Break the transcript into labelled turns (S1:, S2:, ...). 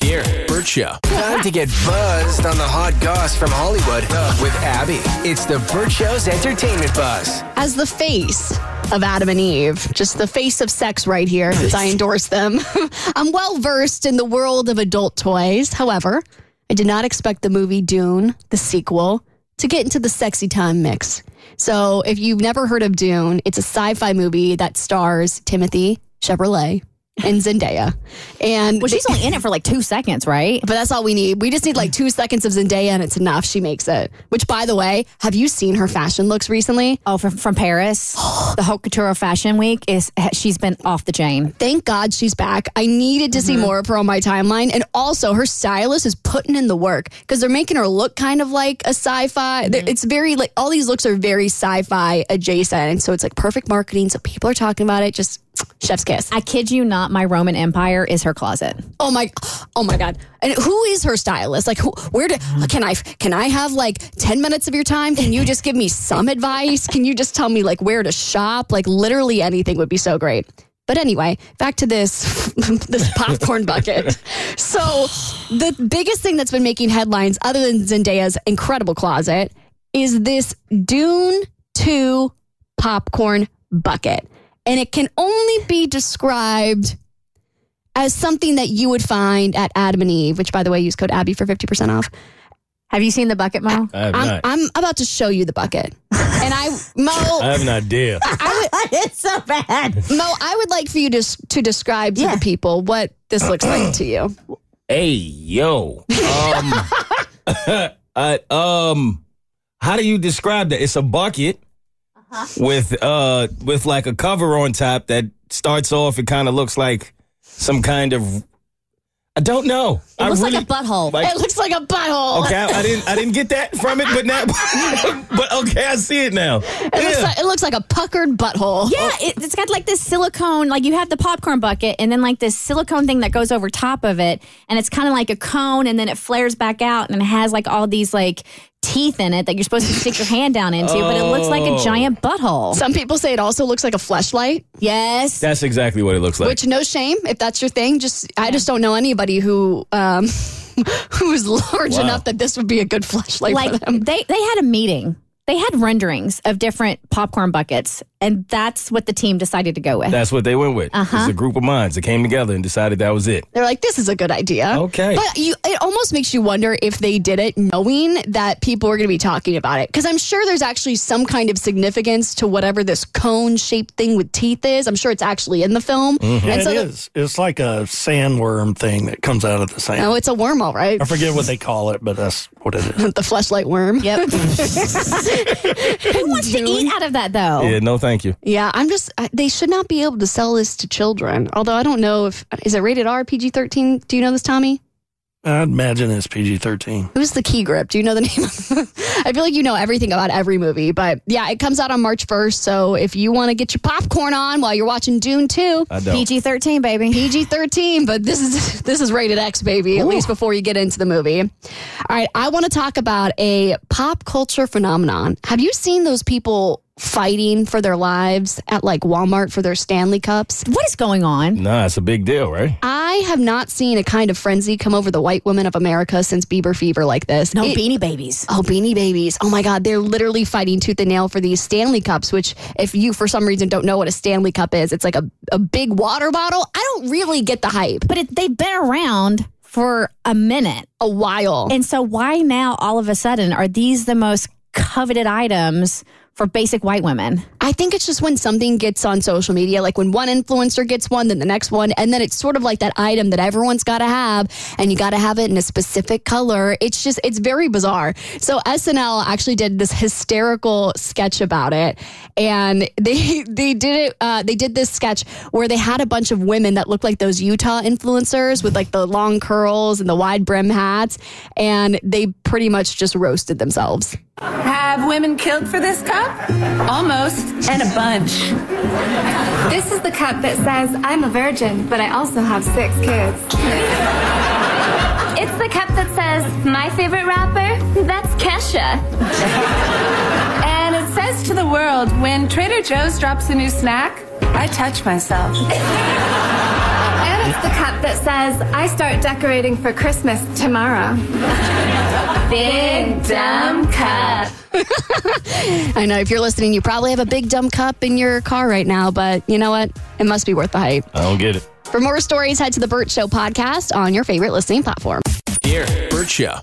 S1: Dirt Show. Time to get buzzed on the hot goss from Hollywood with Abby. It's the Burt Show's entertainment buzz.
S2: as the face of Adam and Eve, just the face of sex right here, as I endorse them. I'm well versed in the world of adult toys. However, I did not expect the movie Dune, the sequel, to get into the sexy time mix. So, if you've never heard of Dune, it's a sci fi movie that stars Timothy Chevrolet and Zendaya. And
S3: Well, she's only in it for like two seconds, right?
S2: but that's all we need. We just need like two seconds of Zendaya and it's enough. She makes it. Which, by the way, have you seen her fashion looks recently?
S3: Oh, from, from Paris, the Haute Couture Fashion Week is she's been off the chain.
S2: thank God she's back. I needed to see more of her on my timeline. And also, her stylist is putting in the work because they're making her look kind of like a sci fi. It's very, like, all these looks are very sci fi adjacent. So it's like perfect marketing. So people are talking about it. Just chef's kiss.
S3: I kid you not, my Roman Empire is her closet.
S2: Oh my, oh my God! And who is her stylist? Like, who? Where do? Can I? Can I have like ten minutes of your time? Can you just give me some advice? Can you just tell me like where to shop? Like literally anything would be so great. But anyway, back to this this popcorn bucket. So the biggest thing that's been making headlines, other than Zendaya's incredible closet, is this Dune Two popcorn bucket, and it can only be described as something that you would find at Adam and Eve, which by the way, use code Abby for 50% off.
S3: Have you seen the bucket, Mo?
S4: I have
S2: I'm,
S4: not. I,
S2: I'm about to show you the bucket. And I, Mo,
S4: have an idea.
S3: it's so bad.
S2: Mo, I would like for you to, s- to describe to
S3: Yeah.
S2: the people what this looks like to you.
S4: hey, yo. Um, I, um, how do you describe that? It's a bucket with uh with like a cover on top that starts off. It kind of looks like some kind of. I don't know.
S3: It
S4: I
S3: looks like
S4: really-
S3: a butthole.
S4: like-
S2: It looks like a butthole.
S4: Okay, I, I didn't. I didn't get that from it, but now, but okay, I see it now.
S2: It, looks like, it looks like a puckered butthole.
S3: yeah, it, it's got like this silicone, like you have the popcorn bucket and then like this silicone thing that goes over top of it. And it's kind of like a cone and then it flares back out and it has like all these like teeth in it that you're supposed to stick your hand down into, but it looks like a
S4: Oh.
S3: giant butthole.
S2: Some people say it also looks like a fleshlight,
S3: yes.
S4: That's exactly what it looks like.
S2: which no shame if that's your thing. Just I just don't know anybody who um, who is large
S4: Wow.
S2: enough that this would be a good fleshlight for
S3: like
S2: them.
S3: they they had a meeting. They had renderings of different popcorn buckets, and that's what the team decided to go with.
S4: That's what they went with. It's a group of minds that came together and decided that was it.
S2: They're like, this is a good idea.
S4: Okay.
S2: But you, it almost makes you wonder if they did it knowing that people were going to be talking about it. Because I'm sure there's actually some kind of significance to whatever this cone shaped thing with teeth is. I'm sure it's actually in the film. And
S5: Mm-hmm. It
S2: so, the-
S5: is. It's like a sandworm thing that comes out of the sand.
S2: oh, it's a worm, all right.
S5: I forget what they call it, but that's what it is.
S2: the fleshlight worm.
S3: Yep. Who wants to eat out of that though?
S4: Yeah, no, thank you.
S2: Yeah, I'm just, I, they should not be able to sell this to children. Although I don't know if, is it rated R, PG 13? Do you know this, Tommy?
S5: I'd imagine it's PG 13.
S2: Who's the key grip? Do you know the name? of- I feel like you know everything about every movie, but yeah, it comes out on March 1st. So if you want to get your popcorn on while you're watching Dune 2,
S4: I don't.
S3: PG thirteen, baby.
S2: PG 13, but this is this is rated X, baby, at least before you get into the movie. All right, I want to talk about a pop culture phenomenon. Have you seen those people fighting for their lives at like Walmart for their Stanley Cups?
S3: What is going on?
S4: Nah, it's a big deal, right?
S2: I have not seen a kind of frenzy come over the white women of America since Bieber fever like this.
S3: No
S2: It-
S3: beanie babies.
S2: Oh, beanie babies. Oh my God. They're literally fighting tooth and nail for these Stanley Cups, which, if you for some reason don't know what a Stanley Cup is, it's like a, a big water bottle. I don't really get the hype.
S3: But it, they've been around for a minute,
S2: A while.
S3: and so why now all of a sudden are these the most coveted items for basic white women?
S2: I think it's just when something gets on social media, like when one influencer gets one, then the next one, and then it's sort of like that item that everyone's got to have, and you got to have it in a specific color. It's just, it's very bizarre. So SNL actually did this hysterical sketch about it, and they they did it. Uh, they did this sketch where they had a bunch of women that looked like those Utah influencers with like the long curls and the wide brim hats, and they pretty much just roasted themselves.
S6: Have women killed for this cup? Almost, and a bunch.
S7: This is the cup that says, I'm a virgin, but I also have six kids. it's the cup that says, my favorite rapper, that's Kesha.
S6: And it says to the world when Trader Joe's drops a new snack, I touch myself.
S7: And it's the cup cup that says, I start decorating for Christmas tomorrow. Big dumb cup.
S2: I know if you're listening, you probably have a big dumb cup in your car right now, but you know what? It must be worth the hype.
S4: I don't get it.
S2: For more stories, head to the Burt Show podcast on your favorite listening platform.
S1: Burt Show.